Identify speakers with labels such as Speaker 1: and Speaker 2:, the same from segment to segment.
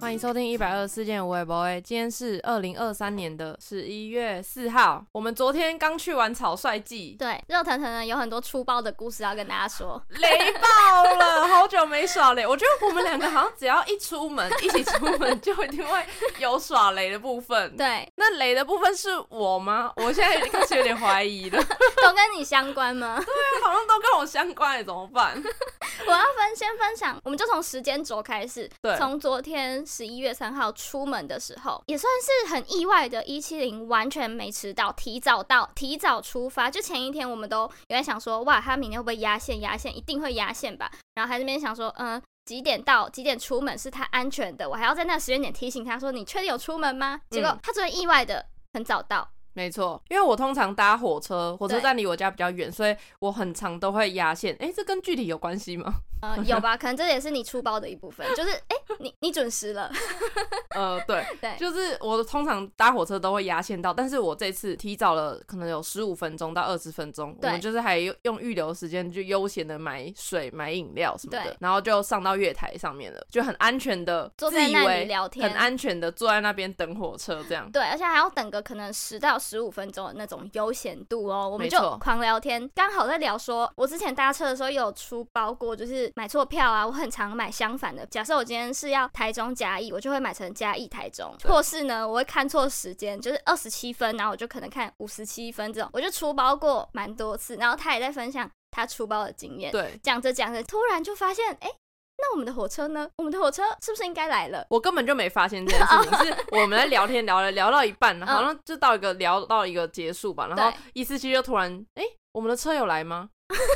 Speaker 1: 欢迎收听一百二十四件无为 boy，今天是二零二三年的十一月四号。我们昨天刚去完草率季，
Speaker 2: 对，热腾腾的有很多粗暴的故事要跟大家说。
Speaker 1: 雷爆了，好久没耍雷。我觉得我们两个好像只要一出门，一起出门就一定会有耍雷的部分。
Speaker 2: 对，
Speaker 1: 那雷的部分是我吗？我现在开始有点怀疑了，
Speaker 2: 都跟你相关吗？
Speaker 1: 好像都跟我相关，怎么办？
Speaker 2: 我要分先分享，我们就从时间轴开始。
Speaker 1: 对
Speaker 2: 从昨天十一月三号出门的时候，也算是很意外的，一七零完全没迟到，提早到，提早出发。就前一天我们都有在想说，哇，他明天会不会压线？压线一定会压线吧？然后还在那边想说，嗯。几点到？几点出门是他安全的？我还要在那时间点提醒他说：“你确定有出门吗？”结果
Speaker 1: 嗯
Speaker 2: 他昨天意外的很早到，
Speaker 1: 没错，因为我通常搭火车，火车
Speaker 2: 对
Speaker 1: 站离我家比较远，所以我很常都会压线。哎，这跟具体有关系吗？
Speaker 2: 呃，有吧？可能这也是你出包的一部分，就是哎、你你准时了，
Speaker 1: 呃，对，
Speaker 2: 对
Speaker 1: 就是我通常搭火车都会压线到，但是我这次提早了，可能有十五分钟到二十分钟，我
Speaker 2: 对
Speaker 1: 们就是还用用预留时间去悠闲的买水、买饮料什么的
Speaker 2: 对，
Speaker 1: 然后就上到月台上面了，就很安全的
Speaker 2: 坐
Speaker 1: 自
Speaker 2: 在
Speaker 1: 以
Speaker 2: 那里
Speaker 1: 为
Speaker 2: 聊天
Speaker 1: 很安全的坐在那边等火车这样。
Speaker 2: 对，而且还要等个可能十到十五分钟的那种悠闲度哦。我们
Speaker 1: 没
Speaker 2: 就
Speaker 1: 错
Speaker 2: 狂聊天，刚好在聊说，我之前搭车的时候也有出包过，就是买错票啊。我很常买相反的，假设我今天是要台中嘉义，我就会买成嘉义台中，
Speaker 1: 对
Speaker 2: 或是呢，我会看错时间，就是二十七分，然后我就可能看五十七分这种，我就出包过蛮多次。然后他也在分享他出包的经验，
Speaker 1: 对
Speaker 2: 讲着讲着，突然就发现，哎、那我们的火车呢？我们的火车是不是应该来了？
Speaker 1: 我根本就没发现这件事 情，是我们在聊天聊了聊到一半，好像就到一个聊到一个结束吧，然后
Speaker 2: 嗯对
Speaker 1: 一司机就突然，哎、我们的车有来吗？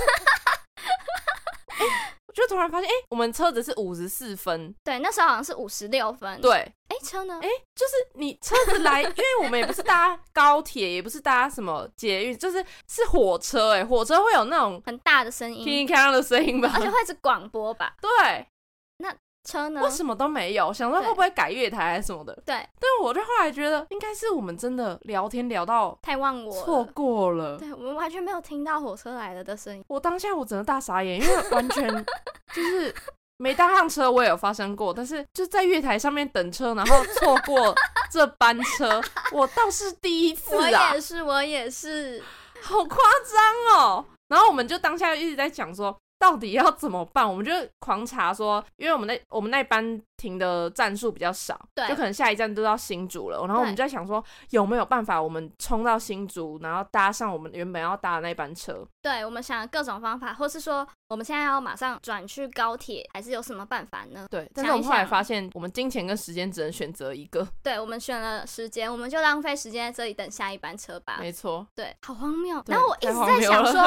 Speaker 1: 哎我就突然发现，哎、我们车子是五十四分，
Speaker 2: 对，那时候好像是五十六分。，
Speaker 1: 对，
Speaker 2: 哎、车呢？
Speaker 1: 哎、就是你车子来，因为我们也不是搭高铁，也不是搭什么捷运，就是是火车、哎，火车会有那种
Speaker 2: 很大的声
Speaker 1: 叮
Speaker 2: 音，
Speaker 1: 叮锵锵的声音吧
Speaker 2: 嗯而？且会嗯是广播吧？
Speaker 1: 对，
Speaker 2: 车呢
Speaker 1: 为？什么都没有？想说会不会改月台还是什么的？
Speaker 2: 对，
Speaker 1: 但我就后来觉得，应该是我们真的聊天聊到
Speaker 2: 太忘我
Speaker 1: 错
Speaker 2: 了。
Speaker 1: 过了。
Speaker 2: 对，我们完全没有听到火车来了的声音。
Speaker 1: 我当下我整个大傻眼，因为完全 就是没搭上车，我也有发生过，但是就在月台上面等车，然后错过这班车，我倒是第一次
Speaker 2: 我
Speaker 1: 啊
Speaker 2: 也，是，我也是。
Speaker 1: 好夸张哦。然后我们就当下一直在讲说。到底要怎么办？我们就狂查说，因为我们那我们那班停的站数比较少，
Speaker 2: 对
Speaker 1: 就可能下一站都到新竹了。然后我们就在想说，有没有办法我们冲到新竹，然后搭上我们原本要搭的那班车？
Speaker 2: 对，我们想了各种方法，或是说我们现在要马上转去高铁，还是有什么办法呢？
Speaker 1: 对，但是我
Speaker 2: 想一
Speaker 1: 们后来
Speaker 2: 想
Speaker 1: 发现，我们金钱跟时间只能选择一个。
Speaker 2: 对，我们选了时间，我们就浪费时间在这里等下一班车吧。
Speaker 1: 没错。
Speaker 2: 对，好荒谬。
Speaker 1: 对
Speaker 2: 然后啊我一
Speaker 1: 太
Speaker 2: 直
Speaker 1: 荒
Speaker 2: 在
Speaker 1: 谬
Speaker 2: 想
Speaker 1: 了
Speaker 2: 说，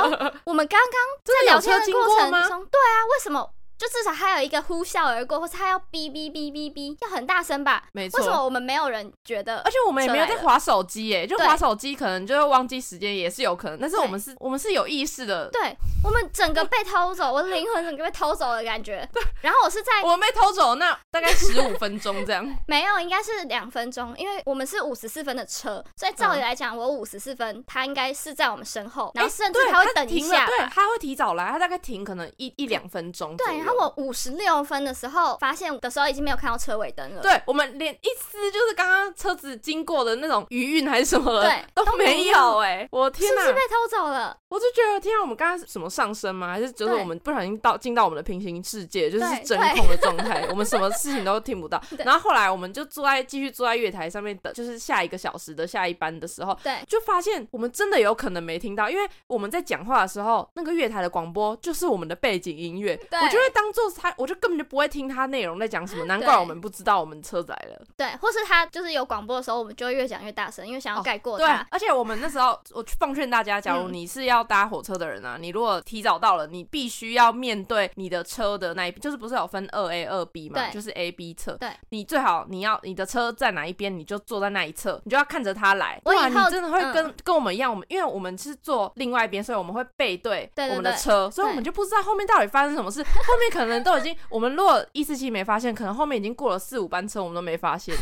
Speaker 2: 我们刚刚在聊
Speaker 1: 真的
Speaker 2: 天
Speaker 1: 有车
Speaker 2: 的
Speaker 1: 经
Speaker 2: 过
Speaker 1: 过
Speaker 2: 程
Speaker 1: 吗
Speaker 2: 中，对啊，为什么就至少还有一个呼啸而过，或是他要哔哔哔哔哔，要很大声吧？
Speaker 1: 没错
Speaker 2: 为什么我们没有人觉得
Speaker 1: 而？且我们也没有在划手机耶，就
Speaker 2: 对
Speaker 1: 划手机可能就会忘记时间，也是有可能。但是
Speaker 2: 对
Speaker 1: 我们是，我们是有意识的，
Speaker 2: 对我们整个被偷走，我的灵魂整个被偷走的感觉。然后我是在
Speaker 1: 我们被偷走那大概十五分钟这样。
Speaker 2: 没有，应该是两分钟，因为我们是五十四分的车，所以
Speaker 1: 嗯
Speaker 2: 照理来讲，我五十四分，他应该是在我们身后， 然后甚至
Speaker 1: 对，
Speaker 2: 会等一
Speaker 1: 停了，
Speaker 2: 下吧。
Speaker 1: 对，他会提早来，他大概停可能一一两分钟左右。
Speaker 2: 对，然后我五十六分的时候发现的时候，已经没有看到车尾灯了。
Speaker 1: 对我们连一丝就是刚刚车子经过的那种余韵还是什么了
Speaker 2: 对
Speaker 1: 都
Speaker 2: 都
Speaker 1: 没
Speaker 2: 没有
Speaker 1: 有哎，我的天
Speaker 2: 是不
Speaker 1: 哪
Speaker 2: 是！被偷走了？
Speaker 1: 我就觉得天啊，我们刚刚什么上升吗？还是就是
Speaker 2: 对
Speaker 1: 我们不小心到进到我们的平行世界，就是
Speaker 2: 对
Speaker 1: 真空的状态，我们什么事情都听不到。
Speaker 2: 对
Speaker 1: 然后后来我们就坐在继续坐在月台上面等，就是下一个小时的下一班的时候，
Speaker 2: 对
Speaker 1: 就发现我们真的有可能没听到，因为我们在讲话的时候，那个月台的广播就是我们的背景音乐，
Speaker 2: 对
Speaker 1: 我就会当做它，我就根本就不会听它内容在讲什么，难怪我们不知道我们车载了。
Speaker 2: 对，或是他就是有广播的时候，我们就会越讲越大声，因为想要
Speaker 1: 哦
Speaker 2: 盖过
Speaker 1: 对
Speaker 2: 他。，
Speaker 1: 而且我们那时候，我奉劝大家，假如
Speaker 2: 嗯
Speaker 1: 你是要搭火车的人啊，你如果提早到了，你必须要面对你的车的那一，就是不是有分二 A 二 B 嘛，
Speaker 2: 对
Speaker 1: 就是 A B 侧，
Speaker 2: 对，
Speaker 1: 你最好你要你的车在哪一边，你就坐在那一侧，你就要看着它来，
Speaker 2: 我以
Speaker 1: 哇，
Speaker 2: 后嗯
Speaker 1: 你真的会跟、跟我们一样，我们因为我们是坐另外一边，所以我们会背对
Speaker 2: 对对
Speaker 1: 我们的车，所以我们就不知道后面到底发生什么 事，后面可能都已经，我们如果一四七没发现，可能后面已经过了四五班车，我们都没发现。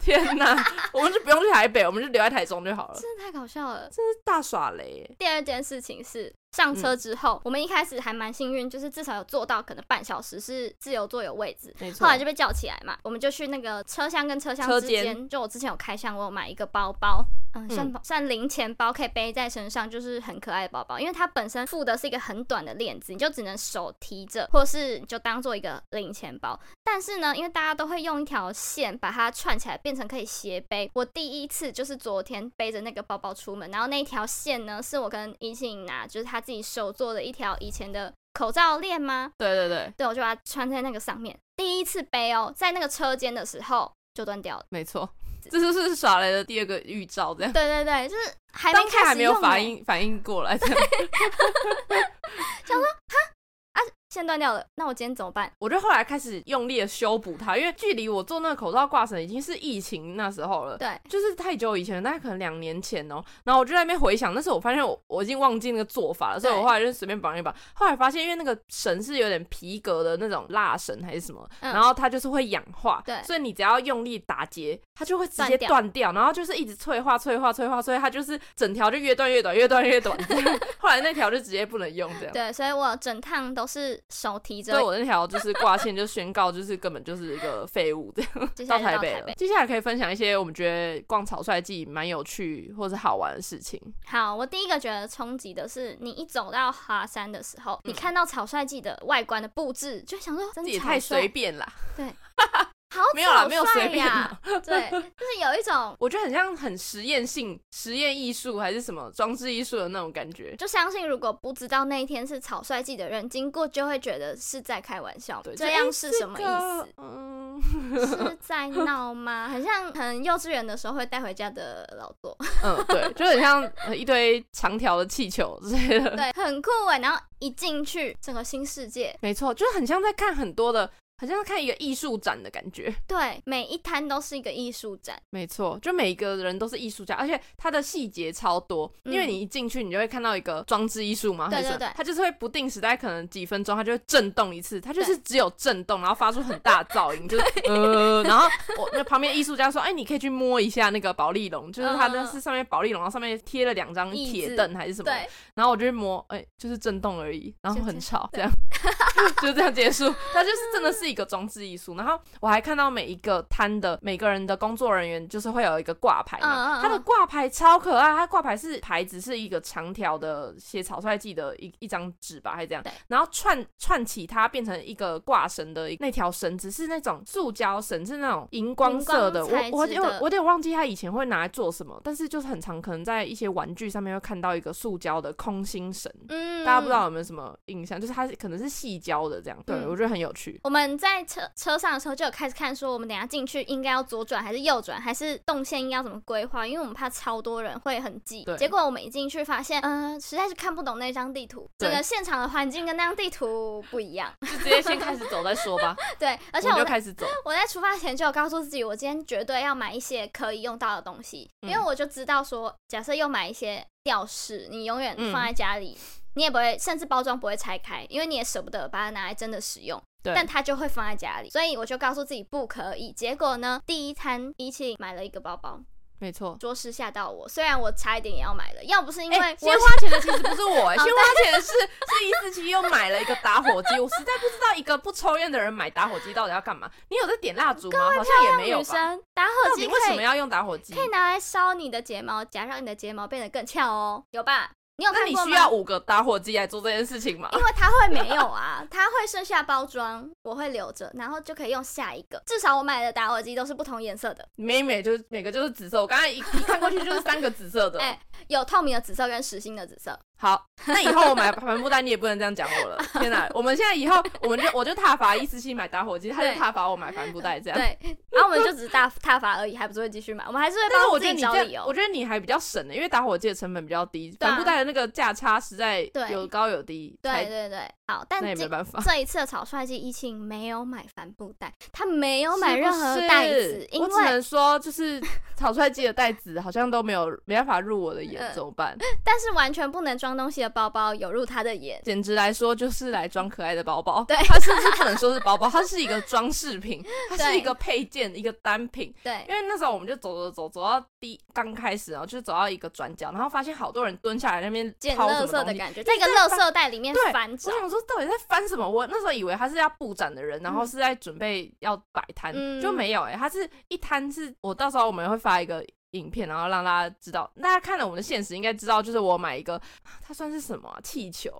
Speaker 1: 天哪， 我们就不用去台北，我们就留在台中就好了。
Speaker 2: 真的太搞笑了。
Speaker 1: 大耍雷耶，
Speaker 2: 第二件事情是上
Speaker 1: 嗯
Speaker 2: 车之后，我们一开始还蛮幸运，就是至少有坐到可能半小时是自由座有位置，
Speaker 1: 没
Speaker 2: 后
Speaker 1: 错
Speaker 2: 来，就被叫起来嘛，我们就去那个车厢跟车厢
Speaker 1: 车
Speaker 2: 之
Speaker 1: 间
Speaker 2: 间，就我之前有开箱，我有买一个包包。嗯，算包算零钱包可以背在身上，就是很可爱的包包，因为它本身附的是一个很短的链子，你就只能手提着，或是你就当做一个零钱包。但是呢，因为大家都会用一条线把它串起来，变成可以斜背。我第一次就是昨天背着那个包包出门，然后那一条线呢，是我跟怡静拿，就是她自己手做的一条以前的口罩链吗？
Speaker 1: 对对对，
Speaker 2: 对，我就把它穿在那个上面。第一次背哦，在那个车间的时候就断掉了。
Speaker 1: 没错，这就是耍雷的第二个预兆，这样。
Speaker 2: 对对对，就是还没
Speaker 1: 当
Speaker 2: 哎开
Speaker 1: 下
Speaker 2: 始
Speaker 1: 还没有
Speaker 2: 用
Speaker 1: 反
Speaker 2: 呢
Speaker 1: 应反应过来，这 样
Speaker 2: 先断掉了。那我今天怎么办？
Speaker 1: 我就后来开始用力的修补它，因为距离我做那个口罩挂绳已经是疫情那时候了。
Speaker 2: 对，
Speaker 1: 就是太久以前，大概可能两年前哦、然后我就在那边回想，但是我发现我我已经忘记那个做法了，所以
Speaker 2: 对
Speaker 1: 我后来就随便绑一绑。后来发现，因为那个绳是有点皮革的那种蜡绳还是什么，
Speaker 2: 嗯
Speaker 1: 然后它就是会氧化，
Speaker 2: 对
Speaker 1: 所以你只要用力打结，它就会直接
Speaker 2: 断掉
Speaker 1: 断掉，然后就是一直脆化、脆化、脆化，所以它就是整条就越断越短、越断越短。这 样后来那条就直接不能用这样。
Speaker 2: 对，所以我整趟都是手提
Speaker 1: 所以
Speaker 2: 着，
Speaker 1: 我那条就是挂线，就宣告就是根本就是一个废 物这样。
Speaker 2: 接下
Speaker 1: 到
Speaker 2: 来
Speaker 1: 台
Speaker 2: 就到
Speaker 1: 北
Speaker 2: 台
Speaker 1: 了
Speaker 2: 北。，
Speaker 1: 接下来可以分享一些我们觉得逛草率季蛮有趣或是好玩的事情。
Speaker 2: 好，我第一个觉得冲击的是，你一走到华山的时候，你看到草率季的外观的布置，就想说，真
Speaker 1: 这也
Speaker 2: 草
Speaker 1: 太
Speaker 2: 率
Speaker 1: 随，便啦，
Speaker 2: 好
Speaker 1: 没有啦，
Speaker 2: 草
Speaker 1: 没有
Speaker 2: 率啊
Speaker 1: 随便
Speaker 2: 呀
Speaker 1: 啦。。
Speaker 2: 对，就是有一种。
Speaker 1: 我觉得很像很实验性、实验艺术还是什么装置艺术的那种感觉。
Speaker 2: 就相信，如果不知道那一天是草率季的人经过，就会觉得是在开玩笑。
Speaker 1: 对，
Speaker 2: 这
Speaker 1: 就
Speaker 2: 样
Speaker 1: 诶
Speaker 2: 是
Speaker 1: 这
Speaker 2: 什么意
Speaker 1: 个
Speaker 2: 思？
Speaker 1: 嗯，
Speaker 2: 是在闹吗？很像可能幼稚园的时候会带回家的劳作，
Speaker 1: 嗯， 对，就很像呃一堆长条的气球之类的。
Speaker 2: 对，很酷哎。然后一进去，整个新世界，
Speaker 1: 没错，就是很像在看很多的，很像在看一个艺术展的感觉。
Speaker 2: 对，每一摊都是一个艺术展，
Speaker 1: 没错，就每一个人都是艺术家，而且他的细节超多，
Speaker 2: 嗯
Speaker 1: 因为你一进去，你就会看到一个装置艺术嘛，
Speaker 2: 对
Speaker 1: 还是什么
Speaker 2: 对对
Speaker 1: 它就是会不定时在可能几分钟，它就会震动一次，它就是只有震动，然后发出很大的噪音，就是呃，然后我那旁边艺术家说，哎，你可以去摸一下那个保丽龙，就是它
Speaker 2: 嗯
Speaker 1: 那是上面保丽龙，然后上面贴了两张
Speaker 2: 椅子
Speaker 1: 铁凳还是什么，
Speaker 2: 对，
Speaker 1: 然后我就去摸，哎，就是震动而已，然后
Speaker 2: 就
Speaker 1: 很
Speaker 2: 这
Speaker 1: 吵，
Speaker 2: 对
Speaker 1: 这样 就这样结束。它就是真的是一个装置艺术。然后我还看到每一个摊的每个人的工作人员，就是会有一个挂牌
Speaker 2: 嗯嗯
Speaker 1: 嘛，
Speaker 2: 嗯
Speaker 1: 它的挂牌超可爱，它挂牌是牌子是一个长条的写草率季的一一张纸吧，还是这样
Speaker 2: 对，
Speaker 1: 然后串串起它变成一个挂绳的那条绳子是那种塑胶绳，是那种荧光色的。
Speaker 2: 荧
Speaker 1: 我
Speaker 2: 光材
Speaker 1: 我
Speaker 2: 质
Speaker 1: 有
Speaker 2: 的
Speaker 1: 我有点忘记它以前会拿来做什么，但是就是很常可能在一些玩具上面会看到一个塑胶的空心绳。
Speaker 2: 嗯，
Speaker 1: 大家不知道有没有什么印象，就是它是可能是细胶的这样，对、
Speaker 2: 嗯
Speaker 1: 我觉得很有 趣。
Speaker 2: 我们在车车上的时候就有开始看，说我们等一下进去应该要左转还是右转，还是动线应该要怎么规划，因为我们怕超多人会很挤
Speaker 1: 对。
Speaker 2: 结果我们一进去发现，嗯、实在是看不懂那张地图，
Speaker 1: 对
Speaker 2: 整个现场的环境跟那张地图不一样。
Speaker 1: 就直接先开始走再说 吧，
Speaker 2: 对，
Speaker 1: 而
Speaker 2: 而且我
Speaker 1: 就
Speaker 2: 在
Speaker 1: 开始走，
Speaker 2: 我在出发前就有告诉自己，我今天绝对要买一些可以用到的东西，
Speaker 1: 嗯
Speaker 2: 因为我就知道说，假设又买一些吊饰，你永远
Speaker 1: 嗯
Speaker 2: 放在家里，你也不会，甚至包装不会拆开，因为你也舍不得把它拿来真的使用。
Speaker 1: 对
Speaker 2: 但它就会放在家里，所以我就告诉自己不可以。结果呢，第一摊一起买了一个包包，
Speaker 1: 没错。
Speaker 2: 着实吓到我。虽然我差一点也要买了，要不是因为
Speaker 1: 哎、
Speaker 2: 我
Speaker 1: 先花钱的 其实不是我、哎
Speaker 2: 哦
Speaker 1: 先花钱的是 是一四七又买了一个打火机，我实在不知道一个不抽烟的人买打火机到底要干嘛。你有在点蜡烛吗？好像也没有
Speaker 2: 女
Speaker 1: 吧。
Speaker 2: 生打
Speaker 1: 到
Speaker 2: 火
Speaker 1: 底
Speaker 2: 机
Speaker 1: 为
Speaker 2: 可
Speaker 1: 什
Speaker 2: 以
Speaker 1: 么要用打火机
Speaker 2: 可？以拿来烧你的睫毛夹，让你的睫毛变得更翘哦，有吧？你有
Speaker 1: 那
Speaker 2: 看
Speaker 1: 你
Speaker 2: 过
Speaker 1: 需
Speaker 2: 吗
Speaker 1: 要？五个打火机来做这件事情吗？
Speaker 2: 因为它会没有啊，它会剩下包装，我会留着，然后就可以用下一个。至少我买的打火机都是不同颜色的，
Speaker 1: 每每就是每个就是紫色，我刚才一一看过去就是三个紫色的。
Speaker 2: 哎有透明的紫色跟实心的紫色。
Speaker 1: 好，那以后我买帆布袋，你也不能这样讲我了。天哪，我们现在以后，我们就我就踏伐一思七买打火机，他就
Speaker 2: 对
Speaker 1: 踏伐我买帆布袋这样。
Speaker 2: 对，然后我们就只是大踏伐而已，还不是会继续买，我们还是会
Speaker 1: 但是
Speaker 2: 帮
Speaker 1: 我
Speaker 2: 自
Speaker 1: 觉得你
Speaker 2: 己哦找
Speaker 1: 这
Speaker 2: 理
Speaker 1: 样，
Speaker 2: 由
Speaker 1: 我。觉得你还比较省欸的，因为打火机的成本比较低，
Speaker 2: 对啊
Speaker 1: 帆布袋的那个价差实在
Speaker 2: 对
Speaker 1: 有高有低，
Speaker 2: 对
Speaker 1: 才
Speaker 2: 对对，好，但
Speaker 1: 那也
Speaker 2: 这
Speaker 1: 没办法。
Speaker 2: 这一次的草率季，疫情没有买帆布袋，他没有买
Speaker 1: 是不
Speaker 2: 任何袋
Speaker 1: 是
Speaker 2: 子，因
Speaker 1: 我只
Speaker 2: 为
Speaker 1: 能说就是草率季的袋子好像都没有没办法入我的眼
Speaker 2: 呃，
Speaker 1: 怎么办？
Speaker 2: 但是完全不能装东西的包包有入他的眼。
Speaker 1: 简直来说就是来装可爱的包包。
Speaker 2: 对
Speaker 1: 它甚至不能说是包包，它是一个装饰品，它是
Speaker 2: 对
Speaker 1: 一个配件，一个单品。
Speaker 2: 对
Speaker 1: 因为那时候我们就走走走走到第刚开始，然哦后就走到一个转角，然后发现好多人蹲下来那边
Speaker 2: 捡
Speaker 1: 抛
Speaker 2: 垃
Speaker 1: 什
Speaker 2: 圾
Speaker 1: 么
Speaker 2: 的
Speaker 1: 东西。
Speaker 2: 感觉，在一个垃圾袋里面
Speaker 1: 对
Speaker 2: 翻找
Speaker 1: 我。想说，到底在翻什么？我那时候以为他是要布展的人，然后是在准备要摆摊，
Speaker 2: 嗯
Speaker 1: 就没有哎、他是一摊是我到时候我们会发一个影片，然后让大家知道，大家看了我们的现实应该知道，就是我买一个，它算是什么啊、气球，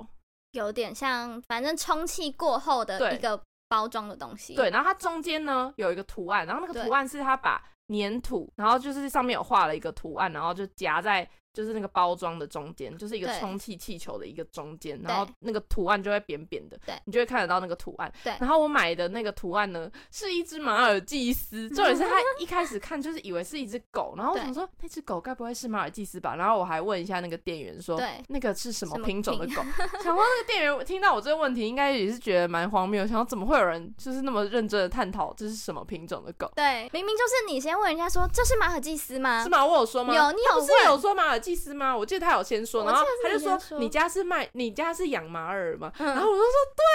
Speaker 2: 有点像，反正充气过后的
Speaker 1: 对
Speaker 2: 一个包装的东西。
Speaker 1: 对，然后它中间呢有一个图案，然后那
Speaker 2: 对
Speaker 1: 个图案是它把粘土，然后就是上面有画了一个图案，然后就夹在就是那个包装的中间，就是一个
Speaker 2: 对
Speaker 1: 充气气球的一个中间，
Speaker 2: 对
Speaker 1: 然后那个图案就会扁扁的，
Speaker 2: 对
Speaker 1: 你就会看得到那个图案。
Speaker 2: 对
Speaker 1: 然后我买的那个图案呢是一只马尔济斯，重点是 他一开始看就是以为是一只狗，然后我
Speaker 2: 对
Speaker 1: 想说那只狗该不会是马尔济斯吧？然后我还问一下那个店员说
Speaker 2: 对
Speaker 1: 那个是什么
Speaker 2: 什么
Speaker 1: 品种的
Speaker 2: 品
Speaker 1: 狗，想说那个店员听到我这个问题，应该也是觉得蛮荒谬，想说怎么会有人就是那么认真的探讨这是什么品种的狗？
Speaker 2: 对明明就是你先问人家说这是马尔济斯吗
Speaker 1: 是？吗？我有说吗？
Speaker 2: 啊有，你有
Speaker 1: 不是
Speaker 2: 问？
Speaker 1: 有说马尔济斯吗？我记得他有先说，
Speaker 2: 我
Speaker 1: 然后
Speaker 2: 记
Speaker 1: 他
Speaker 2: 得是
Speaker 1: 就
Speaker 2: 你
Speaker 1: 说
Speaker 2: 先说
Speaker 1: 你家是卖，你家是养马尔吗？然
Speaker 2: 嗯，
Speaker 1: 后我就说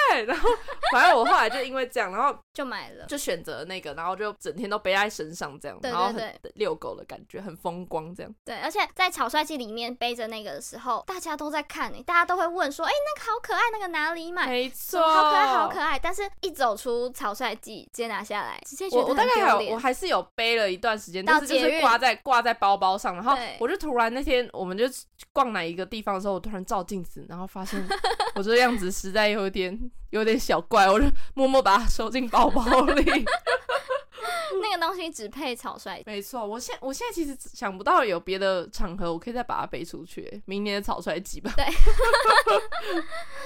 Speaker 1: 对，然 后反正我后来就因为这样，然后
Speaker 2: 就买了。
Speaker 1: 就选择那个，然后就整天都背在身上这样，
Speaker 2: 对
Speaker 1: 然后
Speaker 2: 对
Speaker 1: 很遛狗的感觉，很风光这样。
Speaker 2: 对，而且在草率季里面背着那个的时候，大家都在看你，大家都会问说，哎、那个好可爱，那个哪里买？
Speaker 1: 没
Speaker 2: 哎什
Speaker 1: 错，
Speaker 2: 么好可爱，好可爱！但是一走出草率季，直接拿下来，直接觉
Speaker 1: 我
Speaker 2: 得
Speaker 1: 我大概
Speaker 2: 很
Speaker 1: 还
Speaker 2: 丢
Speaker 1: 有，我
Speaker 2: 脸。
Speaker 1: 还是有背了一段时间，
Speaker 2: 到
Speaker 1: 但是就
Speaker 2: 捷
Speaker 1: 是
Speaker 2: 运
Speaker 1: 挂在挂在包包上，然后
Speaker 2: 对
Speaker 1: 我就突然那天我们就逛哪一个地方的时候，我突然照镜子，然后发 现我这样子实在有点有点小怪，我就默默把它收进包包 里。
Speaker 2: 那个东西只配草率季，
Speaker 1: 没错，我现我现在其实想不到有别的场合我可以再把它背出去，明年的草率季吧。
Speaker 2: 对，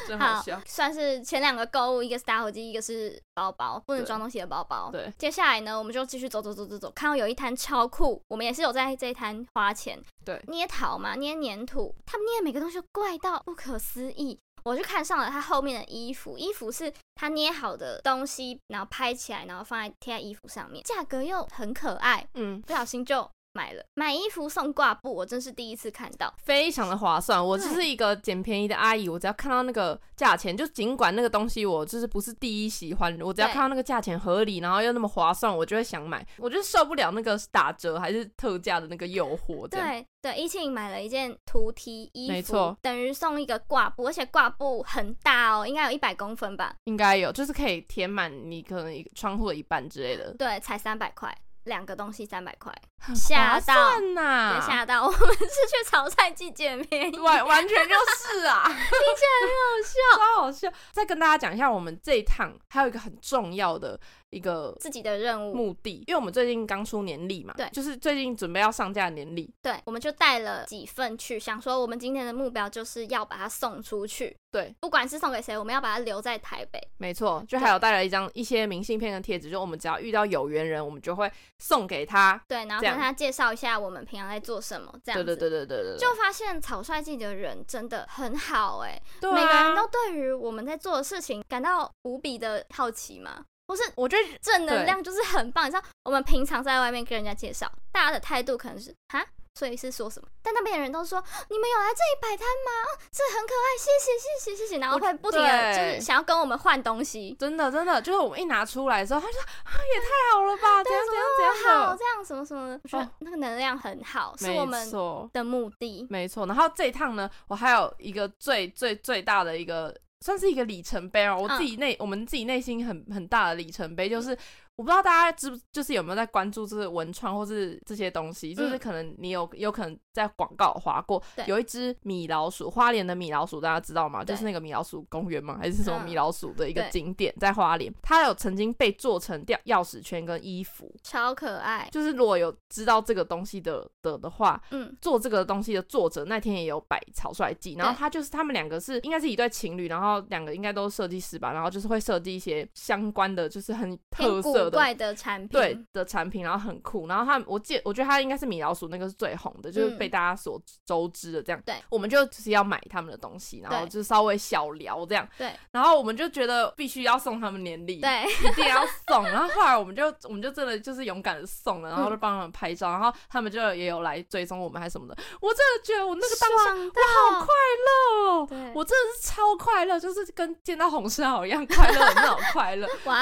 Speaker 1: 真好
Speaker 2: 好
Speaker 1: 笑。，
Speaker 2: 算是前两个购物，一个是打火机，一个是包包，不能
Speaker 1: 对
Speaker 2: 装东西的包包。
Speaker 1: 对，
Speaker 2: 接下来呢，我们就继续走走走走走，看到有一摊超酷，我们也是有在这一摊花钱，
Speaker 1: 对
Speaker 2: 捏陶嘛，捏粘土，他们捏每个东西都怪到不可思议。我就看上了他后面的衣服，衣服是他捏好的东西，然后拍起来，然后放在贴在衣服上面，价格又很可爱，
Speaker 1: 嗯，
Speaker 2: 不小心就买了。买衣服送挂布，我真是第一次看到。
Speaker 1: 非常的划算。我就
Speaker 2: 对
Speaker 1: 是一个捡便宜的阿姨，我只要看到那个价钱，就尽管那个东西我就是不是第一喜欢，我只要
Speaker 2: 对
Speaker 1: 看到那个价钱合理，然后又那么划算，我就会想买。我就受不了那个打折还是特价的那个诱惑，这样
Speaker 2: 对对，一庆买了一件图 T 衣服，
Speaker 1: 没错
Speaker 2: 等于送一个挂布，而且挂布很大哦，应该有一百公分吧？
Speaker 1: 应该有，就是可以填满你可能一个窗户的一半之类的。
Speaker 2: 对，才三百块，两个东西三百块，
Speaker 1: 划
Speaker 2: 吓到，
Speaker 1: 算呐、啊
Speaker 2: 别吓到，我们是去潮汕季捡便宜，
Speaker 1: 完完全就是啊， 听起来很好笑，超好笑。再跟大家讲一下，我们这一趟还有一个很重要的一个
Speaker 2: 自己的任务。
Speaker 1: 目的，因为我们最近刚出年历嘛，
Speaker 2: 对
Speaker 1: 就是最近准备要上架的年历，
Speaker 2: 对，我们就带了几份去，想说我们今天的目标就是要把它送出去，
Speaker 1: 对，
Speaker 2: 不管是送给谁，我们要把它留在台北。
Speaker 1: 没错，就
Speaker 2: 对
Speaker 1: 还有带了一张一些明信片跟贴纸，就我们只要遇到有缘人，我们就会送给他。
Speaker 2: 对，然后
Speaker 1: 这
Speaker 2: 跟
Speaker 1: 样
Speaker 2: 他介绍一下我们平常在做什么，这样
Speaker 1: 对
Speaker 2: 子。
Speaker 1: 对对对对对，对
Speaker 2: 就发现草率季的人真的很好哎、
Speaker 1: 对
Speaker 2: 每个人
Speaker 1: 啊
Speaker 2: 都，对于我们在做的事情感到无比的好奇嘛，或是
Speaker 1: 我觉得
Speaker 2: 正能量就是很棒。你知道，我们平常在外面跟人家介绍，大家的态度可能是哈。所以是说什么？但那边的人都说你们有来这里摆摊吗？哦这很可爱，谢谢谢谢谢谢。然后
Speaker 1: 我
Speaker 2: 会不停的就
Speaker 1: 对
Speaker 2: 是想要跟我们换东西，
Speaker 1: 真的真的，就是我们一拿出来的时候，他就说啊也太好了吧，怎样怎样
Speaker 2: 好
Speaker 1: 怎
Speaker 2: 这样什么什么的，我觉得
Speaker 1: 哦
Speaker 2: 那个能量很好，是我
Speaker 1: 样的，没
Speaker 2: 们
Speaker 1: 错。
Speaker 2: 的目的。
Speaker 1: 没错，然后这一趟呢，我还有一个最最最大的一个，算是一个里程碑哦。我
Speaker 2: 嗯
Speaker 1: 自己内、我们自己内心很很大的里程碑，就是我不知道大家知不就是有没有在关注这个文创或是这些东西，就是
Speaker 2: 嗯
Speaker 1: 可能你有有可能在广告划过
Speaker 2: 对，
Speaker 1: 有一只米老鼠，花莲的米老鼠大家知道吗？
Speaker 2: 对
Speaker 1: 就是那个米老鼠公园吗？还是什么
Speaker 2: 嗯
Speaker 1: 米老鼠的一个
Speaker 2: 对
Speaker 1: 景点在花莲，它有曾经被做成吊钥匙圈跟衣服，
Speaker 2: 超可爱，
Speaker 1: 就是如果有知道这个东西的的的话，
Speaker 2: 嗯，
Speaker 1: 做这个东西的作者那天也有摆草率季，然后他就是他们两个是应该是一对情侣，然后两个应该都是设计师吧，然后就是会设计一些相关的，就是很特色
Speaker 2: 很古
Speaker 1: 的。
Speaker 2: 怪的产品，
Speaker 1: 对的产品，然后很酷，然后他我记得我觉得他应该是米老鼠那个是最红的，就是
Speaker 2: 嗯
Speaker 1: 被大家所周知的这样。
Speaker 2: 对
Speaker 1: 我们就只是要买他们的东西，然后
Speaker 2: 对
Speaker 1: 就稍微小聊这样。
Speaker 2: 对，
Speaker 1: 然后我们就觉得必须要送他们年历，
Speaker 2: 对
Speaker 1: 一定要送。然后后来我们就我们就真的就是勇敢的送了，然后就帮他们拍照，然后他们就也有来追踪我们还什么的。我真的觉得我那个当下
Speaker 2: 爽到
Speaker 1: 好快哦，
Speaker 2: 对，
Speaker 1: 我真的是超快乐，就是跟见到红生蚝一样快乐的那种快乐，
Speaker 2: 哇，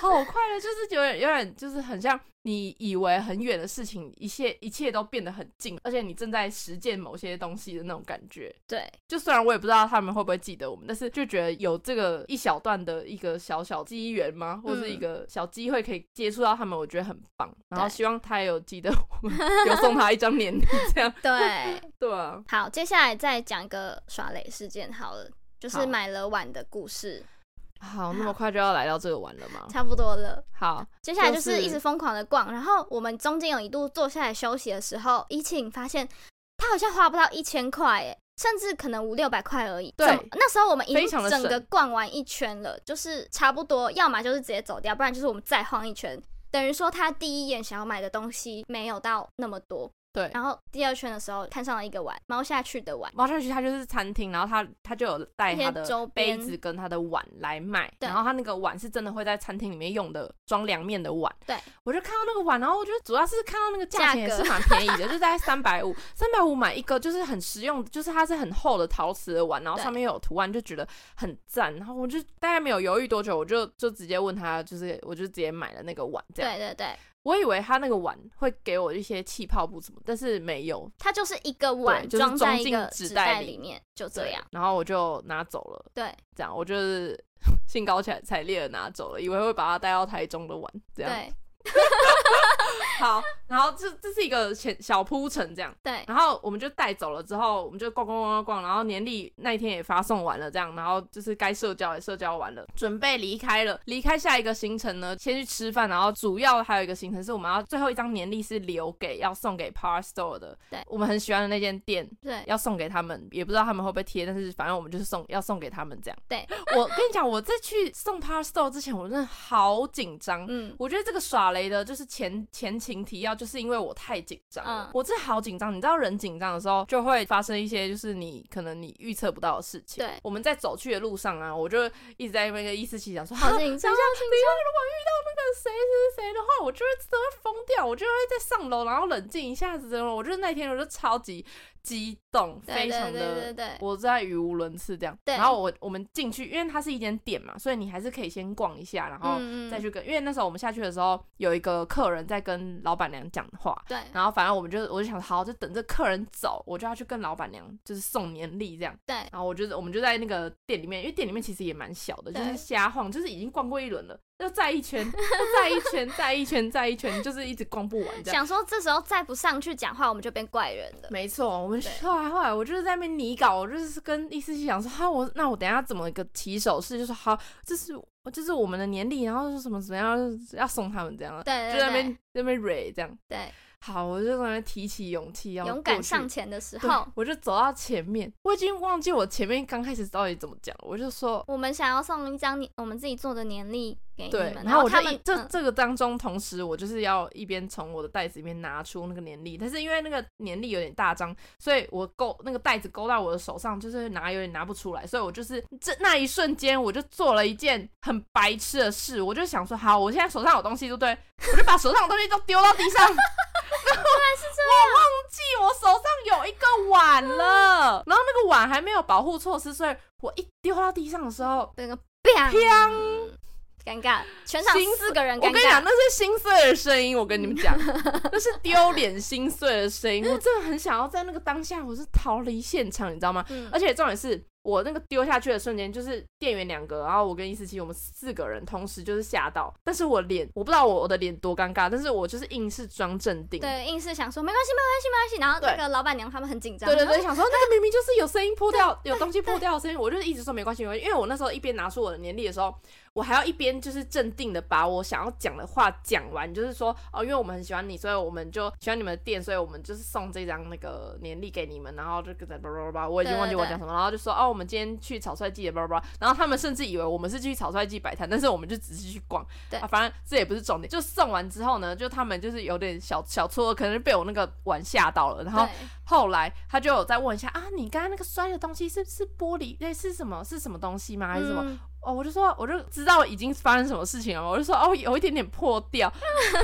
Speaker 1: 好快乐，就是有点有点就是很像你以为很远的事情，一切一切都变得很近，而且你正在实践某些东西的那种感觉。
Speaker 2: 对，
Speaker 1: 就虽然我也不知道他们会不会记得我们，但是就觉得有这个一小段的一个小小机缘吗，或是一个小机会可以接触到他们，我觉得很棒。然后
Speaker 2: 对
Speaker 1: 希望他也有记得我们，有送他一张年 历这样。
Speaker 2: 对，
Speaker 1: 对啊，
Speaker 2: 好，接下来再讲一个耍雷事件好了，就是
Speaker 1: 好
Speaker 2: 买了碗的故事，
Speaker 1: 好，那么快就要来到这个玩了吗？
Speaker 2: 差不多了。
Speaker 1: 好，
Speaker 2: 接下来就
Speaker 1: 就是是
Speaker 2: 一直疯狂的逛，然后我们中间有一度坐下来休息的时候，一庆发现他好像花不到一千块，哎，甚至可能五六百块而已。
Speaker 1: 对
Speaker 2: 怎么那时候我们已
Speaker 1: 非
Speaker 2: 经
Speaker 1: 常地
Speaker 2: 整个
Speaker 1: 省
Speaker 2: 逛完一圈了，就是差不多，要么就是直接走掉，不然就是我们再晃一圈。等于说他第一眼想要买的东西没有到那么多，
Speaker 1: 对。
Speaker 2: 然后第二圈的时候看上了一个碗，猫下去的碗，
Speaker 1: 猫下去，它就是餐厅，然后它它就有带
Speaker 2: 一些
Speaker 1: 它的
Speaker 2: 周
Speaker 1: 杯
Speaker 2: 边
Speaker 1: 子跟它的碗来卖，
Speaker 2: 对
Speaker 1: 然后它那个碗是真的会在餐厅里面用的装凉面的碗。
Speaker 2: 对，
Speaker 1: 我就看到那个碗，然后我觉得主要是看到那个价
Speaker 2: 价
Speaker 1: 钱也
Speaker 2: 格
Speaker 1: 是蛮便宜的，就大概三百五，三百五买一个就是很实用，就是它是很厚的陶瓷的碗，然后
Speaker 2: 对
Speaker 1: 上面又有图案，就觉得很赞。然后我就大概没有犹豫多久，我就就直接问他，就是我就直接买了那个碗这样。
Speaker 2: 对对对，
Speaker 1: 我以为他那个碗会给我一些气泡布什么，但是没有，
Speaker 2: 它就是一个碗
Speaker 1: 就是
Speaker 2: 装在
Speaker 1: 装
Speaker 2: 一
Speaker 1: 进
Speaker 2: 个
Speaker 1: 纸
Speaker 2: 纸
Speaker 1: 袋
Speaker 2: 袋
Speaker 1: 里
Speaker 2: 里面，就这样。
Speaker 1: 然后我就拿走了。
Speaker 2: 对
Speaker 1: 这样我就是 兴高采采烈的拿走了，以为会把它带到台中的玩，这样
Speaker 2: 对
Speaker 1: 好，然后这这是一个前小铺陈这样，
Speaker 2: 对
Speaker 1: 然后我们就带走了之后，我们就逛逛逛逛逛，然后年历那一天也发送完了这样，然后就是该社交也社交完了，准备离开了，离开下一个行程呢，先去吃饭，然后主要还有一个行程是我们要最后一张年历是留给要送给 Power Store 的，
Speaker 2: 对
Speaker 1: 我们很喜欢的那间店，
Speaker 2: 对，
Speaker 1: 要送给他们，也不知道他们会不会贴，但是反正我们就是送，要送给他们这样。
Speaker 2: 对，
Speaker 1: 我跟你讲，我在去送 p a r s t o r e 之前，我真的好紧张。
Speaker 2: 嗯，
Speaker 1: 我觉得这个耍雷的，就是前前情提要，就是因为我太紧张了，
Speaker 2: 嗯
Speaker 1: 我真的好紧张。你知道，人紧张的时候就会发生一些，就是你可能你预测不到的事情。
Speaker 2: 对
Speaker 1: 我们在走去的路上啊，我就一直在那个一思琪想说，啊
Speaker 2: 好紧
Speaker 1: 等
Speaker 2: 张
Speaker 1: 一下，等一下，如，果遇到那个谁谁谁的话，我就会真的会疯掉，我就会在上楼，然后冷静一下子。我就是那天我就超级激动，
Speaker 2: 对
Speaker 1: 非
Speaker 2: 对
Speaker 1: 常
Speaker 2: 对对
Speaker 1: 的。
Speaker 2: 对，
Speaker 1: 我在语无伦次这样，
Speaker 2: 对
Speaker 1: 然后我我们进去，因为它是一间店嘛，所以你还是可以先逛一下，然后
Speaker 2: 嗯
Speaker 1: 再去跟，因为那时候我们下去的时候，有一个客人在跟老板娘讲话，
Speaker 2: 对
Speaker 1: 然后反正我们就我就想好，就等这客人走，我就要去跟老板娘就是送年历这样。
Speaker 2: 对
Speaker 1: 然后我就我们就在那个店里面，因为店里面其实也蛮小的，就
Speaker 2: 对
Speaker 1: 是瞎晃，就是已经逛过一轮了，又再一圈，又再一圈，再一圈，再一圈，就是一直逛不完这样。
Speaker 2: 想说这时候再不上去讲话，我们就变怪人了。
Speaker 1: 没错，我们
Speaker 2: 对
Speaker 1: 后来后来我就是在那边拟稿，我就是跟易思琪讲说，哈、我那我等一下怎么一个起手式，就说好，这是这是我们的年历，然后是什么怎么样就是要送他们这样，
Speaker 2: 对
Speaker 1: 就在那
Speaker 2: 对
Speaker 1: 边在那边蕊这样。
Speaker 2: 对
Speaker 1: 好，我就在那边提起勇气要
Speaker 2: 对，勇
Speaker 1: 过
Speaker 2: 敢
Speaker 1: 去
Speaker 2: 上前的时
Speaker 1: 对
Speaker 2: 候，
Speaker 1: 我就走到前面，我已经忘记我前面刚开始到底怎么讲了，我就说。
Speaker 2: 我们想要送一张年我们自己做的年历给你
Speaker 1: 对
Speaker 2: 们，，
Speaker 1: 后我就
Speaker 2: 他
Speaker 1: 一
Speaker 2: 们
Speaker 1: 这
Speaker 2: 嗯
Speaker 1: 这个当中，同时我就是要一边从我的袋子里面拿出那个年历，但是因为那个年历有点大张，所以我勾那个袋子勾到我的手上，就是拿有点拿不出来，所以我就是这那一瞬间，我就做了一件很白痴的事，我就想说，好，我现在手上有东西，对不对？我就把手上的东西都丢到 地上，记我手上有一个碗
Speaker 2: 嗯
Speaker 1: 了，然后那个碗还没有保护措施，所以我一丢到地上的时候，
Speaker 2: 那个砰
Speaker 1: 砰
Speaker 2: 尴尬，全场
Speaker 1: 心
Speaker 2: 四个人
Speaker 1: 我
Speaker 2: 尴
Speaker 1: 跟你讲，
Speaker 2: 尬，
Speaker 1: 那是心碎的声音。我跟你们 讲，那是丢脸心碎的声音。我真的很想要在那个当下，我是逃离现场，你知道吗？
Speaker 2: 嗯
Speaker 1: 而且重点是我那个丢下去的瞬间，就是店员两个，然后我跟一四七，我们四个人同时就是吓到，但是我脸我不知道我我的脸多尴尬，但是我就是硬是装镇定，
Speaker 2: 对，硬是想说没关系没关系没关系，然后那
Speaker 1: 对
Speaker 2: 个老板娘他们很紧张，
Speaker 1: 对对
Speaker 2: 然
Speaker 1: 对，
Speaker 2: 后
Speaker 1: 想说那个明明就是有声音破掉，有东西破掉的声音，我就是一直说没关系没关系，因为我那时候一边拿出我的年历的时候，我还要一边就是镇定的把我想要讲的话讲完，就是说哦，因为我们很喜欢你，所以我们就喜欢你们的店，所以我们就是送这张那个年历给你们，然后就跟着叭叭叭叭，我已经忘记我讲什么，然后就说哦，我们今天去草率季的叭叭叭，然后他们甚至以为我们是去草率季摆摊，但是我们就只是去逛，
Speaker 2: 对
Speaker 1: 啊，反正这也不是重点，就送完之后呢，就他们就是有点小小错愕，可能是被我那个碗吓到了，然后
Speaker 2: 对
Speaker 1: 后来他就有再问一下啊，你刚刚那个摔的东西是是玻璃，那是什么？是什么东西吗？还是什么？
Speaker 2: 嗯
Speaker 1: 哦，我就说，我就知道已经发生什么事情了嘛。我就说，哦，有一点点破掉，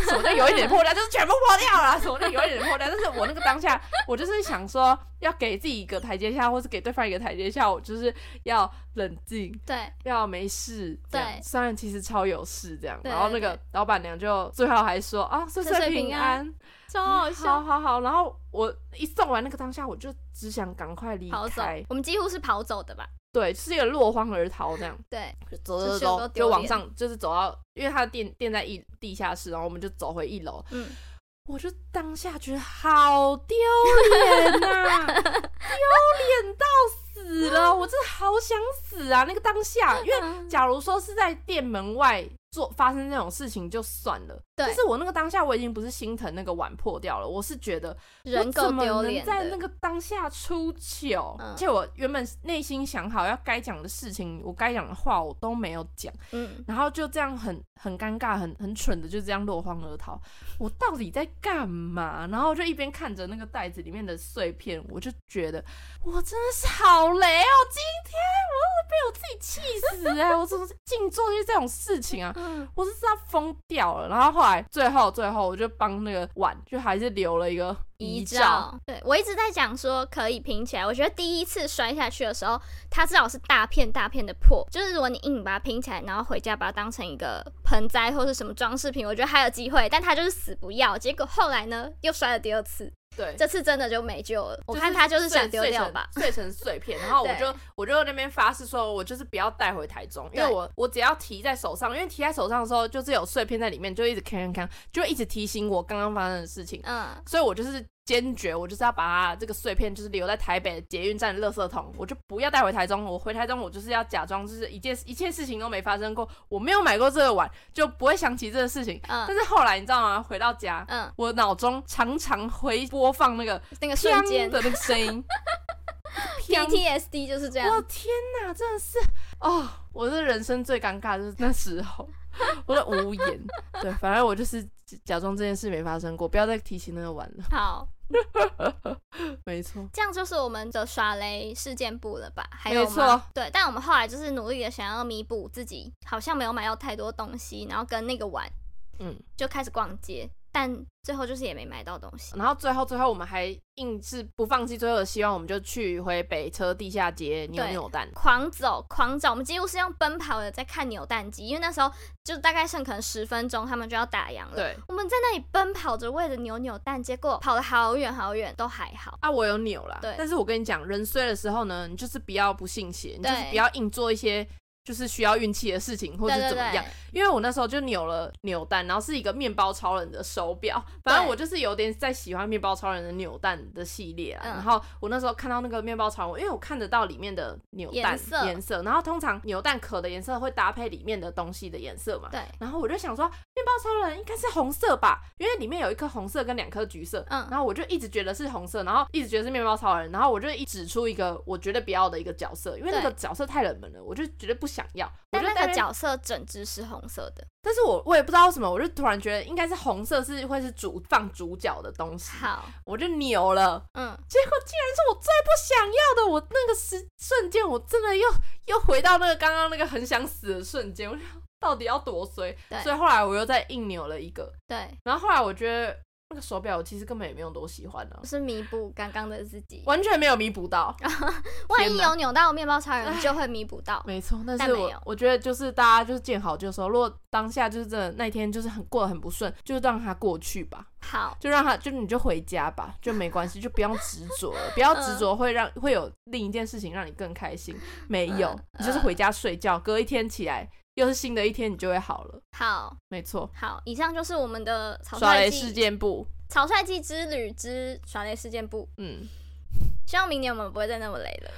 Speaker 1: 什么叫有一点破掉？就是全部破掉了，什么叫有一点破掉？但是我那个当下，我就是想说，要给自己一个台阶下，或是给对方一个台阶下，我就是要冷静，
Speaker 2: 对
Speaker 1: 要没事，这样
Speaker 2: 对
Speaker 1: 虽然其实超有事这样，
Speaker 2: 对
Speaker 1: 然后那个老板娘就最后还说啊，岁
Speaker 2: 岁岁
Speaker 1: 平
Speaker 2: 平安
Speaker 1: 安，
Speaker 2: 超好
Speaker 1: 好好好，然后我一送完那个当下，我就只想赶快离
Speaker 2: 跑走
Speaker 1: 开，，
Speaker 2: 我们几乎是跑走的吧？
Speaker 1: 对，是一个落荒而逃这样，
Speaker 2: 对，
Speaker 1: 走走
Speaker 2: 就是有
Speaker 1: 走，
Speaker 2: 多
Speaker 1: 就
Speaker 2: 丢
Speaker 1: 往
Speaker 2: 脸
Speaker 1: 上，就是走到，因为他的店店在一地下室，然后我们就走回一楼，
Speaker 2: 嗯，
Speaker 1: 我就当下觉得好丢脸呐、丢脸到死 了，我真的好想死啊！那个当下，因为
Speaker 2: 嗯
Speaker 1: 假如说是在店门外做发生这种事情就算了，
Speaker 2: 对
Speaker 1: 但是我那个当下我已经不是心疼那个碗破掉了，我是觉得
Speaker 2: 人够
Speaker 1: 我
Speaker 2: 丢
Speaker 1: 怎么能
Speaker 2: 脸
Speaker 1: 在那
Speaker 2: 的。
Speaker 1: 个当下出糗，
Speaker 2: 嗯
Speaker 1: 而且我原本内心想好要该讲的事情，我该讲的话我都没有讲，
Speaker 2: 嗯，
Speaker 1: 然后就这样很很尴尬、很很蠢的就这样落荒而逃。我到底在干嘛？然后就一边看着那个袋子里面的碎片，我就觉得我真的是好雷哦！今天我真的被我自己气死哎、我怎么竟做些这种事情啊？
Speaker 2: 嗯
Speaker 1: 我是知道疯掉了，然后后来最后最后我就帮那个碗，就还是留了一个
Speaker 2: 遗
Speaker 1: 遗
Speaker 2: 照，对我一直在讲说可以拼起来。我觉得第一次摔下去的时候，它至少是大片大片的破，就是如果你硬把它拼起来，然后回家把它当成一个盆栽或是什么装饰品，我觉得还有机会。但他就是死不要，结果后来呢又摔了第二次，
Speaker 1: 对，
Speaker 2: 这次真的就没救了。我
Speaker 1: 就
Speaker 2: 看他就是
Speaker 1: 碎
Speaker 2: 想丢掉吧，，
Speaker 1: 碎成碎成碎片。然后我
Speaker 2: 对
Speaker 1: 就我就那边发誓说，我就是不要带回台中，因为
Speaker 2: 对
Speaker 1: 我我只要提在手上，因为提在手上的时候就是有碎片在里面，就一直看看看，就一直提醒我刚刚发生的事情。
Speaker 2: 嗯，
Speaker 1: 所以我就是坚决，我就是要把它这个碎片就是留在台北的捷运站的垃圾桶，我就不要带回台中。我回台中，我就是要假装就是一件一切事情都没发生过，我没有买过这个碗，就不会想起这个事情。
Speaker 2: 嗯
Speaker 1: 但是后来你知道吗？回到家，
Speaker 2: 嗯
Speaker 1: 我脑中常常回播放那个
Speaker 2: 那个瞬
Speaker 1: 砰
Speaker 2: 间
Speaker 1: 的那个声 音。砰
Speaker 2: PTSD 就是这
Speaker 1: 我的
Speaker 2: 样。
Speaker 1: 天哪，真的是哦，我是人生最尴尬的就是那时候， 我的无言。对，反正我就是假装这件事没发生过，不要再提起那个碗了。
Speaker 2: 好，
Speaker 1: 没错，
Speaker 2: 这样就是我们的耍雷事件部了吧？还
Speaker 1: 没
Speaker 2: 有
Speaker 1: 错
Speaker 2: 吗？对，但我们后来就是努力的想要弥补自己好像没有买到太多东西，然后跟那个玩，
Speaker 1: 嗯，
Speaker 2: 就开始逛街，但最后就是也没买到东西。
Speaker 1: 然后最后最后我们还硬是不放弃最后的希望，我们就去回北车地下街扭
Speaker 2: 对
Speaker 1: 扭蛋。
Speaker 2: 狂走狂走，我们几乎是用奔跑的在看扭蛋机，因为那时候就大概剩可能十分钟，他们就要打烊了。
Speaker 1: 对
Speaker 2: 我们在那里奔跑着为了扭扭蛋，结果跑了好远好远，都还好。
Speaker 1: 啊，我有扭啦。
Speaker 2: 对
Speaker 1: 但是我跟你讲，人衰的时候呢，你就是不要不信邪，你就是
Speaker 2: 对
Speaker 1: 不要硬做一些就是需要运气的事情，或
Speaker 2: 对
Speaker 1: 是
Speaker 2: 对
Speaker 1: 怎么样。
Speaker 2: 对，
Speaker 1: 因为我那时候就扭了扭蛋，然后是一个面包超人的手表，反正我就是有点在喜欢面包超人的扭蛋的系列啊。
Speaker 2: 嗯
Speaker 1: 然后我那时候看到那个面包超人，因为我看得到里面的扭蛋
Speaker 2: 颜色
Speaker 1: 然后通常扭蛋壳的颜色会搭配里面的东西的颜色嘛。
Speaker 2: 对，
Speaker 1: 然后我就想说，面包超人应该是红色吧，因为里面有一颗红色跟两颗橘色。
Speaker 2: 嗯
Speaker 1: 然后我就一直觉得是红色，然后一直觉得是面包超人，然后我就一指出一个我绝对不要的一个角色，因为那个
Speaker 2: 对
Speaker 1: 角色太冷门了，我就绝对不想要。
Speaker 2: 但
Speaker 1: 我就
Speaker 2: 那
Speaker 1: 在
Speaker 2: 个
Speaker 1: 边
Speaker 2: 角色整只是红色的。
Speaker 1: 但是我我也不知道为什么，我就突然觉得应该是红色是会是主放主角的东西，
Speaker 2: 好，
Speaker 1: 我就扭了，
Speaker 2: 嗯，
Speaker 1: 结果竟然是我最不想要的，我那个时瞬间我真的又又回到那个刚刚那个很想死的瞬间，我就想到底要多衰
Speaker 2: 对，
Speaker 1: 所以后来我又再硬扭了一个，
Speaker 2: 对，
Speaker 1: 然后后来我觉得那个手表我其实根本也没有多喜欢啊
Speaker 2: 就，是弥补刚刚的自己。
Speaker 1: 完全没有弥补到，
Speaker 2: 万
Speaker 1: 天
Speaker 2: 一
Speaker 1: 哪
Speaker 2: 有扭到面包超人，就会弥补到。
Speaker 1: 没错，但
Speaker 2: 但
Speaker 1: 是
Speaker 2: 没
Speaker 1: 我
Speaker 2: 有
Speaker 1: 我觉得就是大家就是见好就收，如果当下就是真的那一天就是很过得很不顺，就让它过去吧。
Speaker 2: 好，
Speaker 1: 就让他，就你就回家吧，就没关系，就不要执着 了，不要执着会让会有另一件事情让你更开心。没有，
Speaker 2: 嗯
Speaker 1: 你就是回家睡觉，隔一天起来又是新的一天，你就会好了。
Speaker 2: 好，
Speaker 1: 没错，
Speaker 2: 好，以上就是我们的草
Speaker 1: 耍
Speaker 2: 率
Speaker 1: 雷事
Speaker 2: 季
Speaker 1: 件簿，
Speaker 2: 草率季之旅之耍雷事件簿。
Speaker 1: 嗯，
Speaker 2: 希望明年我们不会再那么雷了。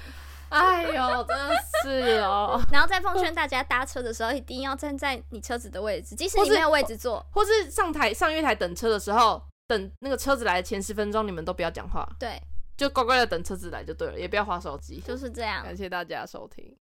Speaker 1: 哎呦，真的是哦，
Speaker 2: 然后再奉劝大家搭车的时候一定要站在你车子的位置，即使你没有位置坐，
Speaker 1: 或是上台上月台等车的时候，等那个车子来的前十分钟，你们都不要讲话，
Speaker 2: 对，
Speaker 1: 就乖乖的等车子来就对了，也不要划手机。
Speaker 2: 就是这样。
Speaker 1: 感谢大家收听。